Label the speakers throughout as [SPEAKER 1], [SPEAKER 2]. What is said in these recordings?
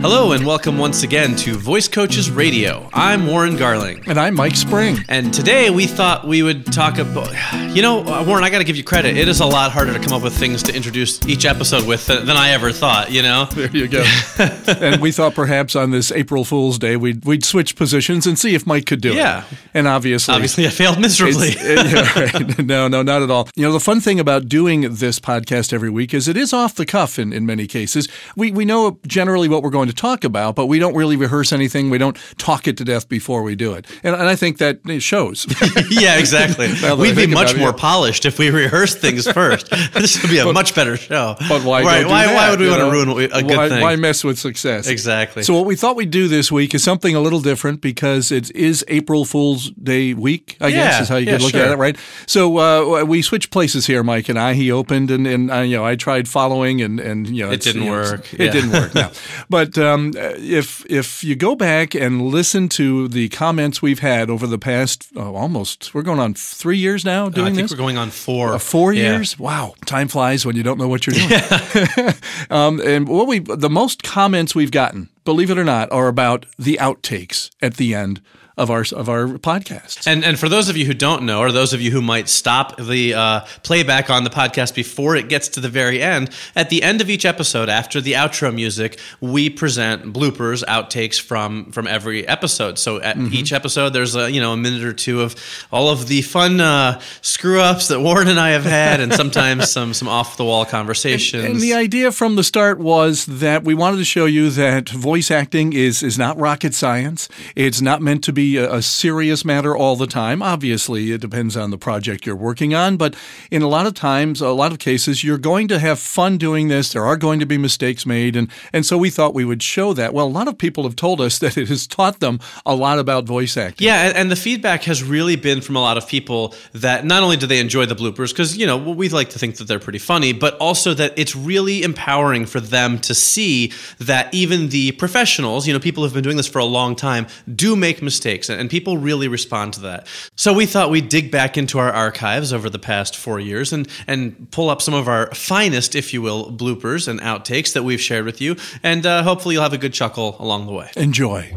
[SPEAKER 1] Hello, and welcome once again to Voice Coaches Radio. I'm Warren Garling.
[SPEAKER 2] And I'm Mike Spring.
[SPEAKER 1] And today we thought we would talk about. You know, uh, Warren, I got to give you credit. It is a lot harder to come up with things to introduce each episode with than, than I ever thought, you know?
[SPEAKER 2] There you go. and we thought perhaps on this April Fool's Day we'd, we'd switch positions and see if Mike could do
[SPEAKER 1] Yeah.
[SPEAKER 2] it. And obviously.
[SPEAKER 1] Obviously, I failed miserably.
[SPEAKER 2] it's- it- yeah, right. No, no, not at all. You know, the fun thing about doing this podcast every week is it is off the cuff in, in many cases. We, we know generally what we're going to talk about, but we don't really rehearse anything. We don't talk it to death before we do it. And, and I think that it shows.
[SPEAKER 1] yeah, exactly.
[SPEAKER 2] that I
[SPEAKER 1] We'd be
[SPEAKER 2] think
[SPEAKER 1] much
[SPEAKER 2] about it,
[SPEAKER 1] more
[SPEAKER 2] yeah.
[SPEAKER 1] polished if we rehearsed things first. this would be a much better show.
[SPEAKER 2] But why?
[SPEAKER 1] Right,
[SPEAKER 2] don't do
[SPEAKER 1] why,
[SPEAKER 2] that,
[SPEAKER 1] why would we
[SPEAKER 2] you
[SPEAKER 1] want to
[SPEAKER 2] know?
[SPEAKER 1] ruin what we, a good
[SPEAKER 2] why,
[SPEAKER 1] thing?
[SPEAKER 2] Why mess with success?
[SPEAKER 1] Exactly.
[SPEAKER 2] So what we thought we'd do this week is something a little different because it is April Fool's Day week. I guess
[SPEAKER 1] Yeah,
[SPEAKER 2] is how you
[SPEAKER 1] yeah,
[SPEAKER 2] could look
[SPEAKER 1] sure.
[SPEAKER 2] at it, right? So uh, we switched places here, Mike and I. He opened, and and uh, you know I tried following, and and you know it's-
[SPEAKER 1] didn't
[SPEAKER 2] you know, it's-
[SPEAKER 1] work,
[SPEAKER 2] It
[SPEAKER 1] yeah.
[SPEAKER 2] didn't work. No, but um, uh, if if you go back and listen to the comments we've had over the past oh, almost we're going on three years now
[SPEAKER 1] I
[SPEAKER 2] doing
[SPEAKER 1] think
[SPEAKER 2] this.
[SPEAKER 1] we're going on four.
[SPEAKER 2] Four
[SPEAKER 1] Yeah.
[SPEAKER 2] years? Wow. Time flies when you don't know what you're doing. um, and what we the most comments we've gotten, believe it or not, are about the outtakes at the end of our of our podcast.
[SPEAKER 1] And and for those of you who don't know, or those of you who might stop the uh, playback on the podcast before it gets to the very end, at the end of each episode, after the outro music, we present bloopers, outtakes from from every episode. So at each episode, there's a you know a minute or two of all of the fun uh, screw ups that Warren and I have had, and sometimes some some off the wall conversations.
[SPEAKER 2] And the idea from the start was that we wanted to show you that voice acting is is not rocket science. It's not meant to be a, a serious matter all the time. Obviously, it depends on the project you're working on, but in a lot of times, a lot of cases, you're going to have fun doing this. There are going to be mistakes made, and and so we thought we would show that. Well, a lot of people have told us that it has taught them a lot about voice acting.
[SPEAKER 1] Yeah, and, and the feedback has really been from a lot of people that not only do they enjoy the bloopers because you know we like to think that they're pretty funny, but also that it's really empowering for them to see that even the professionals, you know, people who've been doing this for a long time, do make mistakes, and, and people really respond to that. So we thought we'd dig back into our archives over the past four years and and pull up some of our finest, if you will, bloopers and outtakes that we've shared with you, and uh, hopefully you'll have a good chuckle along the way.
[SPEAKER 2] Enjoy.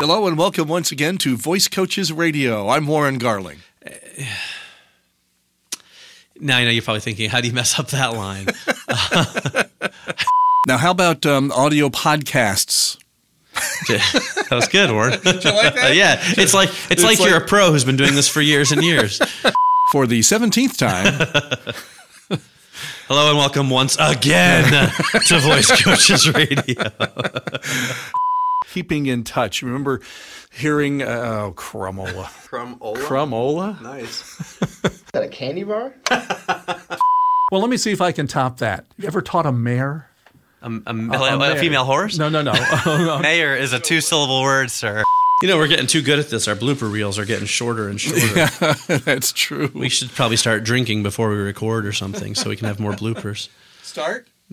[SPEAKER 2] Hello and welcome once again to Voice Coaches Radio. I'm Warren Garling.
[SPEAKER 1] Now I know you're probably thinking, how do you mess up that line?
[SPEAKER 2] Now, how about um, audio podcasts?
[SPEAKER 1] that was good, Warren.
[SPEAKER 2] you like that?
[SPEAKER 1] yeah, it's like it's, like,
[SPEAKER 2] like-
[SPEAKER 1] you're a pro who's been doing this for years and years.
[SPEAKER 2] For the 17th time,
[SPEAKER 1] Hello and welcome once again to Voice Coaches Radio.
[SPEAKER 2] keeping in touch. Remember hearing, uh, oh, Crumola.
[SPEAKER 3] From Ola.
[SPEAKER 2] Crumola?
[SPEAKER 3] nice.
[SPEAKER 4] that a candy bar?
[SPEAKER 2] Well, let me see if I can top that. You ever taught a mare?
[SPEAKER 3] Um,
[SPEAKER 2] A mare.
[SPEAKER 3] female horse?
[SPEAKER 2] No, no, no.
[SPEAKER 3] Mayor is a two syllable word, sir.
[SPEAKER 1] You know we're getting too good at this. Our blooper reels are getting shorter and shorter.
[SPEAKER 2] That's true.
[SPEAKER 1] We should probably start drinking before we record or something, so we can have more bloopers.
[SPEAKER 2] start?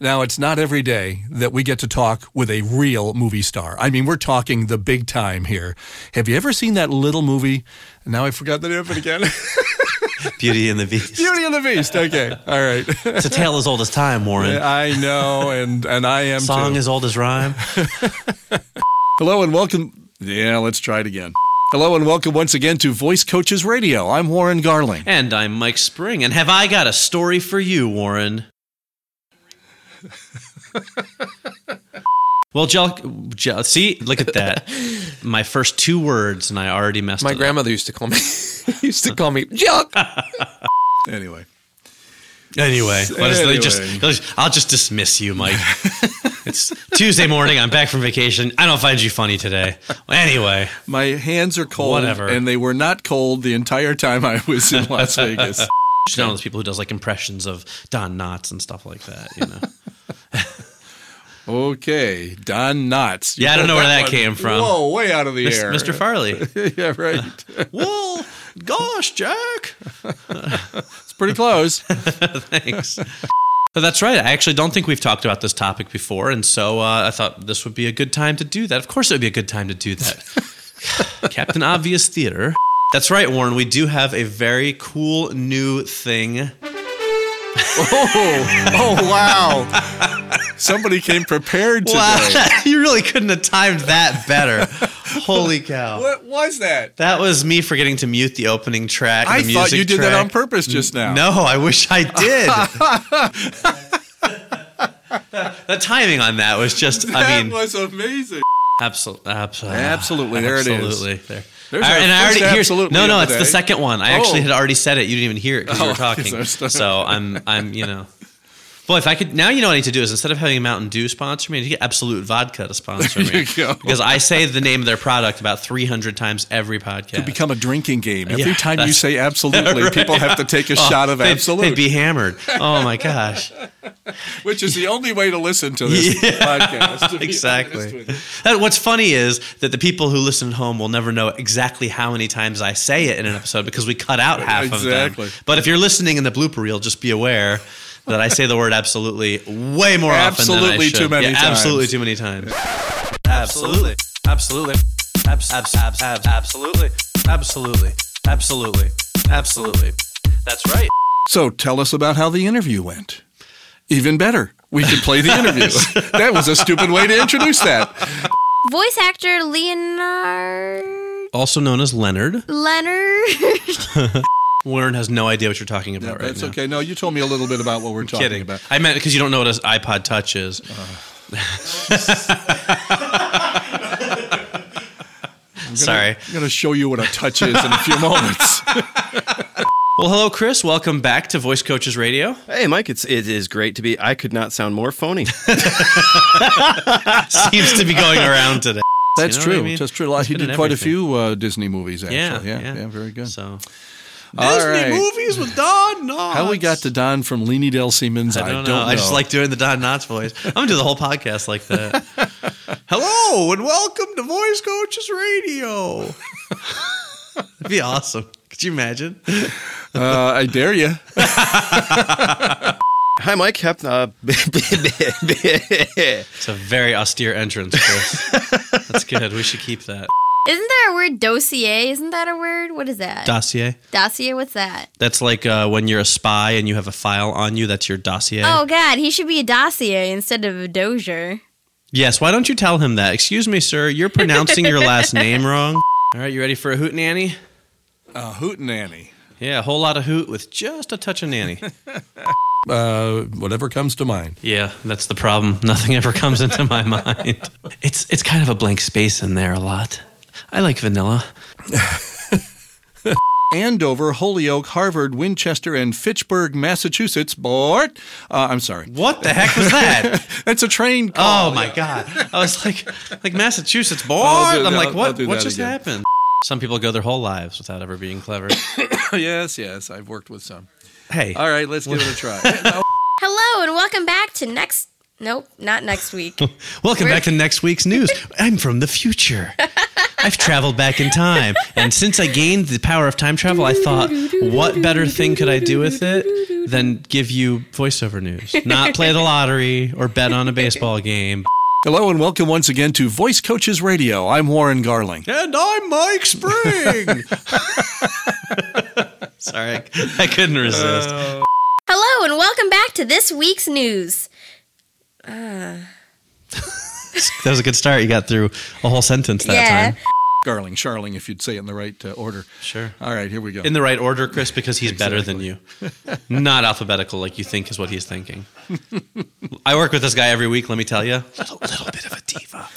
[SPEAKER 2] now, it's not every day that we get to talk with a real movie star. I mean, we're talking the big time here. Have you ever seen that little movie? Now I forgot the name of it again.
[SPEAKER 3] Beauty and the Beast.
[SPEAKER 2] Beauty and the Beast. Okay. All right.
[SPEAKER 3] It's a tale as old as time, Warren.
[SPEAKER 2] I know, and and I am
[SPEAKER 3] Song
[SPEAKER 2] too.
[SPEAKER 3] as old as rhyme.
[SPEAKER 2] Hello and welcome. Yeah, let's try it again. Hello and welcome once again to Voice Coaches Radio. I'm Warren Garling.
[SPEAKER 1] And I'm Mike Spring, and have I got a story for you, Warren? well, Jel, Jel, see, look at that. My first two words, and I already messed
[SPEAKER 5] My
[SPEAKER 1] it up.
[SPEAKER 5] grandmother used to call me used to call me junk.
[SPEAKER 2] Anyway,
[SPEAKER 1] Anyway, what is- they just-
[SPEAKER 2] Anyway.
[SPEAKER 1] they'll just- I'll just dismiss you, Mike. it's Tuesday morning. I'm back from vacation. I don't find you funny today. Anyway,
[SPEAKER 2] my hands are cold,
[SPEAKER 1] Whatever.
[SPEAKER 2] and they were not cold the entire time I was in Las Vegas.
[SPEAKER 1] she's one of those people who does like impressions of Don Knotts and stuff like that. You know?
[SPEAKER 2] Okay, Don Knotts. You
[SPEAKER 1] Yeah, I don't know where that
[SPEAKER 2] one-
[SPEAKER 1] came from.
[SPEAKER 2] Whoa, way out of the air,
[SPEAKER 1] Mr. Farley.
[SPEAKER 2] yeah, right.
[SPEAKER 1] well, gosh, Jack.
[SPEAKER 2] It's pretty close.
[SPEAKER 1] Thanks. So that's right. I actually don't think we've talked about this topic before, and so uh, I thought this would be a good time to do that. Of course, it would be a good time to do that. Captain Obvious Theater. That's right, Warren. We do have a very cool new thing.
[SPEAKER 2] Oh, oh wow. Somebody came prepared today.
[SPEAKER 1] you really couldn't have timed that better. Holy cow.
[SPEAKER 2] What was that?
[SPEAKER 1] That was me forgetting to mute the opening track.
[SPEAKER 2] I
[SPEAKER 1] the
[SPEAKER 2] thought you
[SPEAKER 1] music
[SPEAKER 2] did that
[SPEAKER 1] track.
[SPEAKER 2] on purpose just now.
[SPEAKER 1] No, I wish I did. the timing on that was just, I
[SPEAKER 2] That
[SPEAKER 1] mean,
[SPEAKER 2] was amazing.
[SPEAKER 1] absolutely, absolutely,
[SPEAKER 2] Absolutely, there it is.
[SPEAKER 1] absolutely. There.
[SPEAKER 2] There's
[SPEAKER 1] I-
[SPEAKER 2] our
[SPEAKER 1] and I
[SPEAKER 2] first
[SPEAKER 1] already here's,
[SPEAKER 2] absolutely
[SPEAKER 1] no,
[SPEAKER 2] of
[SPEAKER 1] no,
[SPEAKER 2] the
[SPEAKER 1] it's
[SPEAKER 2] day.
[SPEAKER 1] the second one. I
[SPEAKER 2] Oh.
[SPEAKER 1] actually had already said it. You didn't even hear it because you
[SPEAKER 2] Oh,
[SPEAKER 1] were
[SPEAKER 2] 'cause I
[SPEAKER 1] talking.
[SPEAKER 2] was talking.
[SPEAKER 1] so I'm, I'm, you know. Boy, if I could now, you know what I need to do is instead of having Mountain Dew sponsor me, I need to get Absolute Vodka to sponsor me
[SPEAKER 2] There you go.
[SPEAKER 1] because I say the name of their product about 300 times every podcast.
[SPEAKER 2] It become a drinking game. Every
[SPEAKER 1] Yeah,
[SPEAKER 2] time you
[SPEAKER 1] that's-
[SPEAKER 2] say absolutely, people have to take a
[SPEAKER 1] Oh,
[SPEAKER 2] shot of
[SPEAKER 1] they'd-
[SPEAKER 2] absolute,
[SPEAKER 1] They'd be hammered. Oh my gosh.
[SPEAKER 2] which is the only way to listen to this podcast. to be honest
[SPEAKER 1] exactly.
[SPEAKER 2] with you.
[SPEAKER 1] That, what's funny is that the people who listen at home will never know exactly how many times I say it in an episode because we cut out half
[SPEAKER 2] Exactly.
[SPEAKER 1] of them. But if you're listening in the blooper reel, just be aware that I say the word absolutely way more often than I
[SPEAKER 2] Absolutely
[SPEAKER 1] should.
[SPEAKER 2] too many
[SPEAKER 1] Yeah,
[SPEAKER 2] times.
[SPEAKER 1] Absolutely too many times. Absolutely. Absolutely. absolutely. Absolutely. Absolutely. Absolutely. That's right.
[SPEAKER 2] So tell us about how the interview went. Even better, we could play the interview. that was a stupid way to introduce that.
[SPEAKER 6] Voice actor Leonard
[SPEAKER 1] Also known as Leonard.
[SPEAKER 6] Leonard.
[SPEAKER 1] Warren has no idea what you're talking about
[SPEAKER 2] No,
[SPEAKER 1] right
[SPEAKER 2] that's
[SPEAKER 1] now.
[SPEAKER 2] okay. No, you told me a little bit about what we're talking
[SPEAKER 1] kidding.
[SPEAKER 2] about.
[SPEAKER 1] I meant because you don't know what an iPod Touch is. Uh. Sorry.
[SPEAKER 2] I'm going to show you what a touch is in a few moments.
[SPEAKER 1] Well, hello, Chris. Welcome back to Voice Coaches Radio.
[SPEAKER 5] Hey, Mike, it's it is great to be. I could not sound more phony.
[SPEAKER 1] Seems to be going around today.
[SPEAKER 2] That's
[SPEAKER 1] You know what I
[SPEAKER 2] true.
[SPEAKER 1] mean?
[SPEAKER 2] That's true. He
[SPEAKER 1] good
[SPEAKER 2] did
[SPEAKER 1] in
[SPEAKER 2] quite a
[SPEAKER 1] everything.
[SPEAKER 2] few uh, Disney movies, actually.
[SPEAKER 1] Yeah,
[SPEAKER 2] yeah,
[SPEAKER 1] yeah.
[SPEAKER 2] very good.
[SPEAKER 1] So
[SPEAKER 2] All right.
[SPEAKER 1] movies with Don Knotts.
[SPEAKER 2] How we got to Don from Leany Del Siemens,
[SPEAKER 1] I don't, know. I just like doing the Don Knotts voice. I'm gonna do the whole podcast like that. hello and welcome to Voice Coaches Radio. That'd be awesome. Could you imagine?
[SPEAKER 2] Uh, I dare you.
[SPEAKER 5] Hi, Mike. Hep- uh,
[SPEAKER 1] It's a very austere entrance, Chris. That's good. We should keep that.
[SPEAKER 6] Isn't that a word dossier? Isn't that a word? What is that?
[SPEAKER 1] Dossier.
[SPEAKER 6] dossier, what's that?
[SPEAKER 1] That's like uh, when you're a spy and you have a file on you. That's your dossier.
[SPEAKER 6] Oh god, he should be a dossier instead of a dozier.
[SPEAKER 1] Yes. Why don't you tell him that? Excuse me, sir. You're pronouncing your last name wrong. All right. You ready for a hoot nanny?
[SPEAKER 2] Uh, hootenanny.
[SPEAKER 1] Yeah, a whole lot of hoot with just a touch of nanny.
[SPEAKER 2] Uh, whatever comes to mind.
[SPEAKER 1] yeah, that's the problem. Nothing ever comes into my mind. It's it's kind of a blank space in there a lot. I like vanilla.
[SPEAKER 2] Andover, Holyoke, Harvard, Winchester, and Fitchburg, Massachusetts. Board. Uh, I'm sorry.
[SPEAKER 1] What the heck was that?
[SPEAKER 2] That's a train
[SPEAKER 1] Oh,
[SPEAKER 2] call.
[SPEAKER 1] my god! I was like, like Massachusetts board.
[SPEAKER 2] I'll do
[SPEAKER 1] I'm
[SPEAKER 2] that.
[SPEAKER 1] like,
[SPEAKER 2] I'll
[SPEAKER 1] what?
[SPEAKER 2] do
[SPEAKER 1] What
[SPEAKER 2] that
[SPEAKER 1] just
[SPEAKER 2] again.
[SPEAKER 1] happened? Some people go their whole lives without ever being clever.
[SPEAKER 2] yes, yes. I've worked with some.
[SPEAKER 1] hey,
[SPEAKER 2] All right, let's give it a try.
[SPEAKER 6] Hello and welcome back to next Nope, not next week.
[SPEAKER 1] welcome back to next week's news. I'm from the future. I've traveled back in time, and since I gained the power of time travel, I thought, what better thing could I do with it than give you voiceover news? Not play the lottery or bet on a baseball game.
[SPEAKER 2] Hello and welcome once again to Voice Coaches Radio. I'm Warren Garling.
[SPEAKER 1] And I'm Mike Spring. Sorry, I- I couldn't resist.
[SPEAKER 2] Uh.
[SPEAKER 6] Hello and welcome back to this week's news.
[SPEAKER 1] That was a good start. You got through a whole sentence that
[SPEAKER 6] yeah.
[SPEAKER 1] time.
[SPEAKER 2] Garling, Charling, if you'd say it in the right uh, order.
[SPEAKER 1] Sure.
[SPEAKER 2] All right, here we go.
[SPEAKER 1] In the right order, Chris, because he's better than you. Not alphabetical like you think is what he's thinking. I work with this guy every week, let me tell you. Little, little bit of a diva.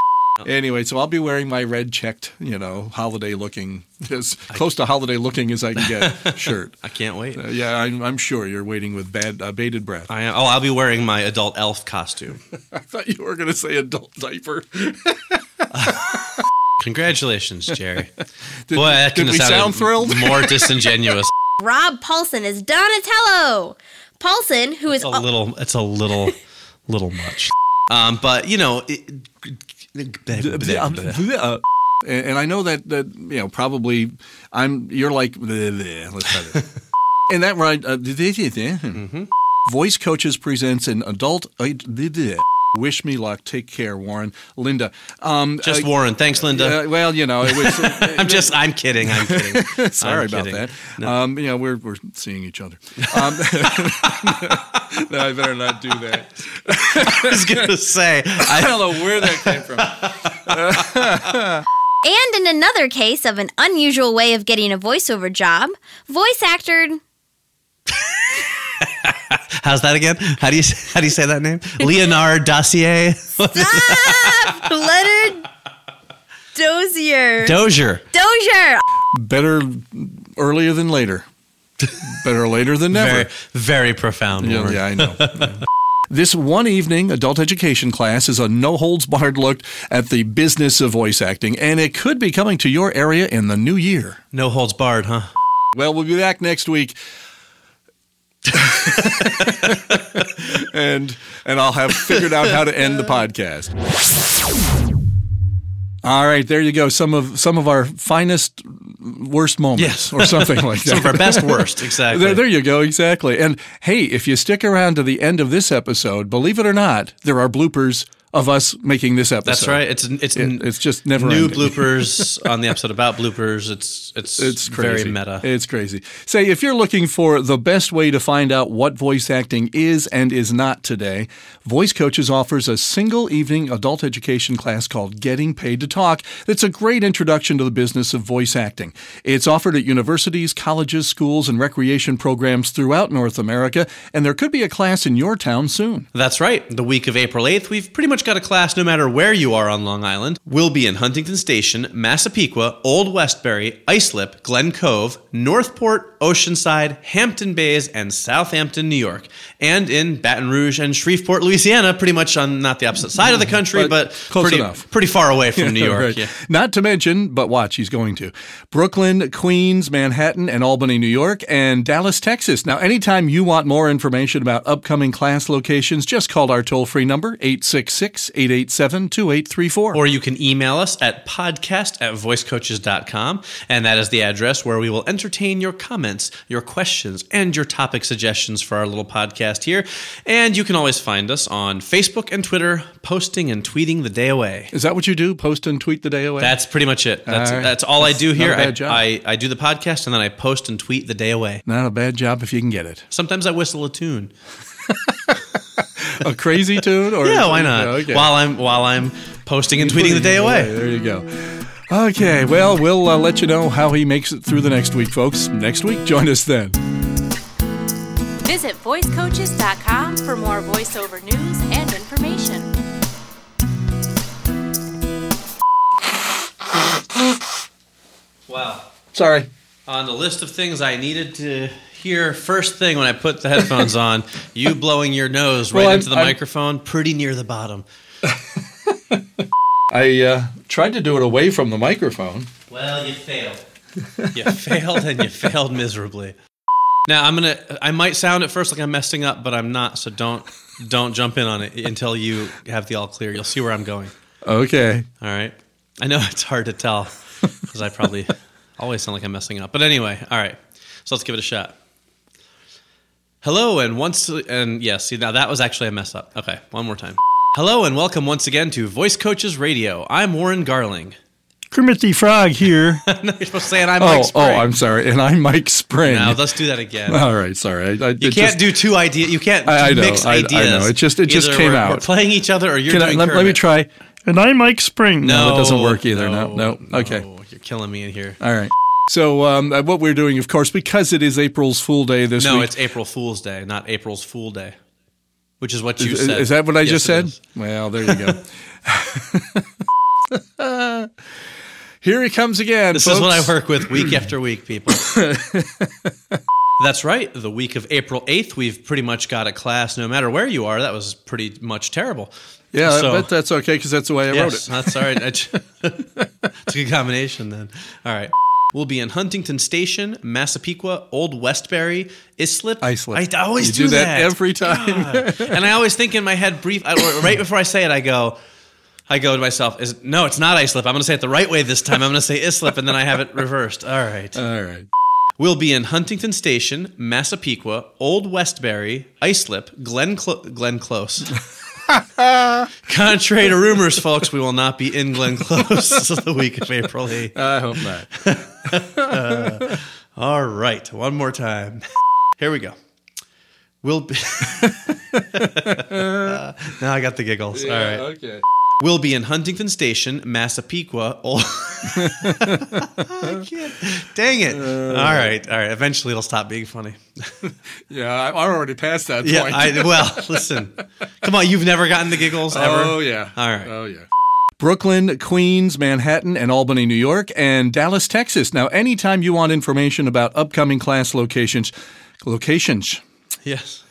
[SPEAKER 2] Anyway, so I'll be wearing my red checked, you know, holiday looking, as close to holiday looking as I can get shirt.
[SPEAKER 1] I can't wait.
[SPEAKER 2] Uh, yeah, I'm, I'm sure you're waiting with bad, uh, bated breath.
[SPEAKER 1] I, oh, I'll be wearing my adult elf costume.
[SPEAKER 2] I thought you were going to say adult diaper.
[SPEAKER 1] Congratulations, Jerry. Boy, that
[SPEAKER 2] did
[SPEAKER 1] couldn't
[SPEAKER 2] we
[SPEAKER 1] have sounded
[SPEAKER 2] sound thrilled?
[SPEAKER 1] More disingenuous.
[SPEAKER 6] Rob Paulson is Donatello. Paulson, who is
[SPEAKER 1] It's a
[SPEAKER 6] al-
[SPEAKER 1] little. It's a little, little much. Um, but you know, it,
[SPEAKER 2] and, uh, and I know that, that, you know, probably I'm, you're like, bleh, bleh. let's try this. and that hmm.
[SPEAKER 1] Mm-hmm.
[SPEAKER 2] right, uh, voice coaches presents an adult. Uh, Wish me luck. Take care, Warren. Linda. Um,
[SPEAKER 1] Just
[SPEAKER 2] uh,
[SPEAKER 1] Warren. Thanks, Linda.
[SPEAKER 2] uh, well, you know, it was.
[SPEAKER 1] I'm just. I'm kidding. I'm kidding.
[SPEAKER 2] Sorry
[SPEAKER 1] I'm
[SPEAKER 2] about
[SPEAKER 1] kidding.
[SPEAKER 2] that. Um, you know, we're, we're seeing each other. Um, no, I better not do that.
[SPEAKER 1] I was gonna say.
[SPEAKER 2] I
[SPEAKER 1] I,
[SPEAKER 2] don't know where that came from.
[SPEAKER 6] And in another case of an unusual way of getting a voiceover job, voice actor.
[SPEAKER 1] how's that again? How do you how do you say that name? Leonard Dossier
[SPEAKER 6] Stop! Leonard Dozier.
[SPEAKER 1] Dozier.
[SPEAKER 6] Dozier!
[SPEAKER 2] Better earlier than later. Better later than never.
[SPEAKER 1] Very very profound.
[SPEAKER 2] Yeah,
[SPEAKER 1] Warren.
[SPEAKER 2] yeah, I know. Yeah. This one evening adult education class is a no holds barred look at the business of voice acting, and it could be coming to your area in the new year.
[SPEAKER 1] No holds barred, huh?
[SPEAKER 2] Well, we'll be back next week. and and I'll have figured out how to end the podcast. All right, there you go. Some of some of our finest worst moments
[SPEAKER 1] Yes.
[SPEAKER 2] or something like that.
[SPEAKER 1] Some of our best worst. Exactly.
[SPEAKER 2] There, there you go, exactly. And hey, if you stick around to the end of this episode, believe it or not, there are bloopers of us making this episode.
[SPEAKER 1] That's right. It's it's
[SPEAKER 2] It- it's just never
[SPEAKER 1] new
[SPEAKER 2] ending.
[SPEAKER 1] bloopers on the episode about bloopers. It's it's
[SPEAKER 2] It's crazy.
[SPEAKER 1] very meta.
[SPEAKER 2] It's crazy. Say, if you're looking for the best way to find out what voice acting is and is not today, Voice Coaches offers a single evening adult education class called Getting Paid to Talk that's a great introduction to the business of voice acting. It's offered at universities, colleges, schools, and recreation programs throughout North America, and there could be a class in your town soon.
[SPEAKER 1] That's right. The week of April 8th, we've pretty much got a class no matter where you are on Long Island. We'll be in Huntington Station, Massapequa, Old Westbury, Islip, Glen Cove, Northport, Oceanside, Hampton Bays, and Southampton, New York. And in Baton Rouge and Shreveport, Louisiana, pretty much on not the opposite side of the country,
[SPEAKER 2] But
[SPEAKER 1] but,
[SPEAKER 2] close
[SPEAKER 1] pretty,
[SPEAKER 2] enough.
[SPEAKER 1] pretty far away from New York.
[SPEAKER 2] Right.
[SPEAKER 1] Yeah.
[SPEAKER 2] Not to mention, but watch, he's going to Brooklyn, Queens, Manhattan, and Albany, New York, and Dallas, Texas. Now, anytime you want more information about upcoming class locations, just call our toll free number, 866 887 2834.
[SPEAKER 1] Or you can email us at podcast at voicecoaches.com. And that is the address where we will entertain your comments, your questions, and your topic suggestions for our little podcast here. And you can always find us on Facebook and Twitter, posting and tweeting the day away.
[SPEAKER 2] Is that what you do? Post and tweet the day away?
[SPEAKER 1] That's pretty much it. That's,
[SPEAKER 2] All right.
[SPEAKER 1] that's all I do
[SPEAKER 2] That's not
[SPEAKER 1] here.
[SPEAKER 2] a bad
[SPEAKER 1] I,
[SPEAKER 2] job.
[SPEAKER 1] I, I do the podcast and then I post and tweet the day away.
[SPEAKER 2] Not a bad job if you can get it.
[SPEAKER 1] Sometimes I whistle a tune.
[SPEAKER 2] A crazy tune? Or
[SPEAKER 1] Yeah, why not?
[SPEAKER 2] Okay.
[SPEAKER 1] While I'm while I'm posting and tweeting the day
[SPEAKER 2] Yeah,
[SPEAKER 1] away.
[SPEAKER 2] There you go. Okay, well, we'll uh, let you know how he makes it through the next week, folks. Next week, join us then.
[SPEAKER 7] Visit voicecoaches.com for more voiceover news and information.
[SPEAKER 1] Wow.
[SPEAKER 2] Sorry.
[SPEAKER 1] on the list of things I needed to hear first thing when I put the headphones on, you blowing your nose right
[SPEAKER 2] Well, I'm-
[SPEAKER 1] into the
[SPEAKER 2] I'm-
[SPEAKER 1] microphone, pretty near the bottom.
[SPEAKER 2] I uh, tried to do it away from the microphone.
[SPEAKER 1] Well, you failed. You failed and you failed miserably. Now I'm gonna. I might sound at first like I'm messing up, but I'm not. So don't don't jump in on it until you have the all clear. You'll see where I'm going.
[SPEAKER 2] Okay.
[SPEAKER 1] All right. I know it's hard to tell because I probably always sound like I'm messing up. But anyway, all right. So let's give it a shot. Hello and once and yes, see now that was actually a mess up. Okay, one more time. Hello and welcome once again to Voice Coaches Radio. I'm Warren Garling.
[SPEAKER 8] Kermit the Frog here.
[SPEAKER 1] no, you're supposed to say it. I'm
[SPEAKER 2] Oh,
[SPEAKER 1] Mike
[SPEAKER 2] oh,
[SPEAKER 1] Spring.
[SPEAKER 2] I'm sorry. And I'm Mike Spring.
[SPEAKER 1] now let's do that again.
[SPEAKER 2] All right, sorry. I, I,
[SPEAKER 1] you can't do two ideas. You can't
[SPEAKER 2] I- I know,
[SPEAKER 1] mix
[SPEAKER 2] I- I
[SPEAKER 1] ideas.
[SPEAKER 2] know. It just- it just
[SPEAKER 1] Either
[SPEAKER 2] came
[SPEAKER 1] we're-
[SPEAKER 2] out.
[SPEAKER 1] We're playing each other, or you're
[SPEAKER 2] Can I,
[SPEAKER 1] doing.
[SPEAKER 2] let, let me
[SPEAKER 1] Kermit.
[SPEAKER 2] try.
[SPEAKER 8] And I'm Mike Spring.
[SPEAKER 1] No,
[SPEAKER 2] it doesn't work either. No, no. Okay.
[SPEAKER 1] no. You're killing me in here.
[SPEAKER 2] All right. So, um, uh, what we're doing, of course, because it is April's Fool Day this
[SPEAKER 1] No,
[SPEAKER 2] week.
[SPEAKER 1] it's April Fool's Day, not April's Fool Day, which is what you
[SPEAKER 2] is,
[SPEAKER 1] said.
[SPEAKER 2] is that what I
[SPEAKER 1] Yes,
[SPEAKER 2] just
[SPEAKER 1] it
[SPEAKER 2] said?
[SPEAKER 1] is.
[SPEAKER 2] Well, there you go. Here he comes again.
[SPEAKER 1] This
[SPEAKER 2] folks.
[SPEAKER 1] is what I work with week after week, people. That's right. The week of April 8th, we've pretty much got a class no matter where you are. That was pretty much terrible.
[SPEAKER 2] Yeah,
[SPEAKER 1] So-
[SPEAKER 2] but that's okay because that's the way I wrote it.
[SPEAKER 1] yes, That's all right. I ju- it's a good combination then. All right. We'll be in Huntington Station, Massapequa, Old Westbury, Islip.
[SPEAKER 2] Islip.
[SPEAKER 1] I, I always
[SPEAKER 2] You do that every time.
[SPEAKER 1] God. and I always think in my head, brief, I, or right before I say it, I go, I go to myself, is no, it's not Islip. I'm going to say it the right way this time. I'm going to say Islip, and then I have it reversed. All right.
[SPEAKER 2] All right.
[SPEAKER 1] We'll be in Huntington Station, Massapequa, Old Westbury, Islip, Glen, Clo- Glen Close. Contrary to rumors, folks, we will not be in Glen Close the week of April 8th.
[SPEAKER 2] I hope not.
[SPEAKER 1] All right, one more time. Here we go. We'll be. now I got the giggles. All right.
[SPEAKER 2] Okay.
[SPEAKER 1] We'll be in Huntington Station, Massapequa. Ol- I can't. Dang it. all right. All right. Eventually it'll stop being funny.
[SPEAKER 2] Yeah, I'm already past that
[SPEAKER 1] Yeah.
[SPEAKER 2] point.
[SPEAKER 1] I, well, listen. Come on. You've never gotten the giggles ever?
[SPEAKER 2] Oh yeah.
[SPEAKER 1] All right.
[SPEAKER 2] Oh yeah. Brooklyn, Queens, Manhattan, and Albany, New York, and Dallas, Texas. Now, anytime you want information about upcoming class locations, locations,
[SPEAKER 1] Yes.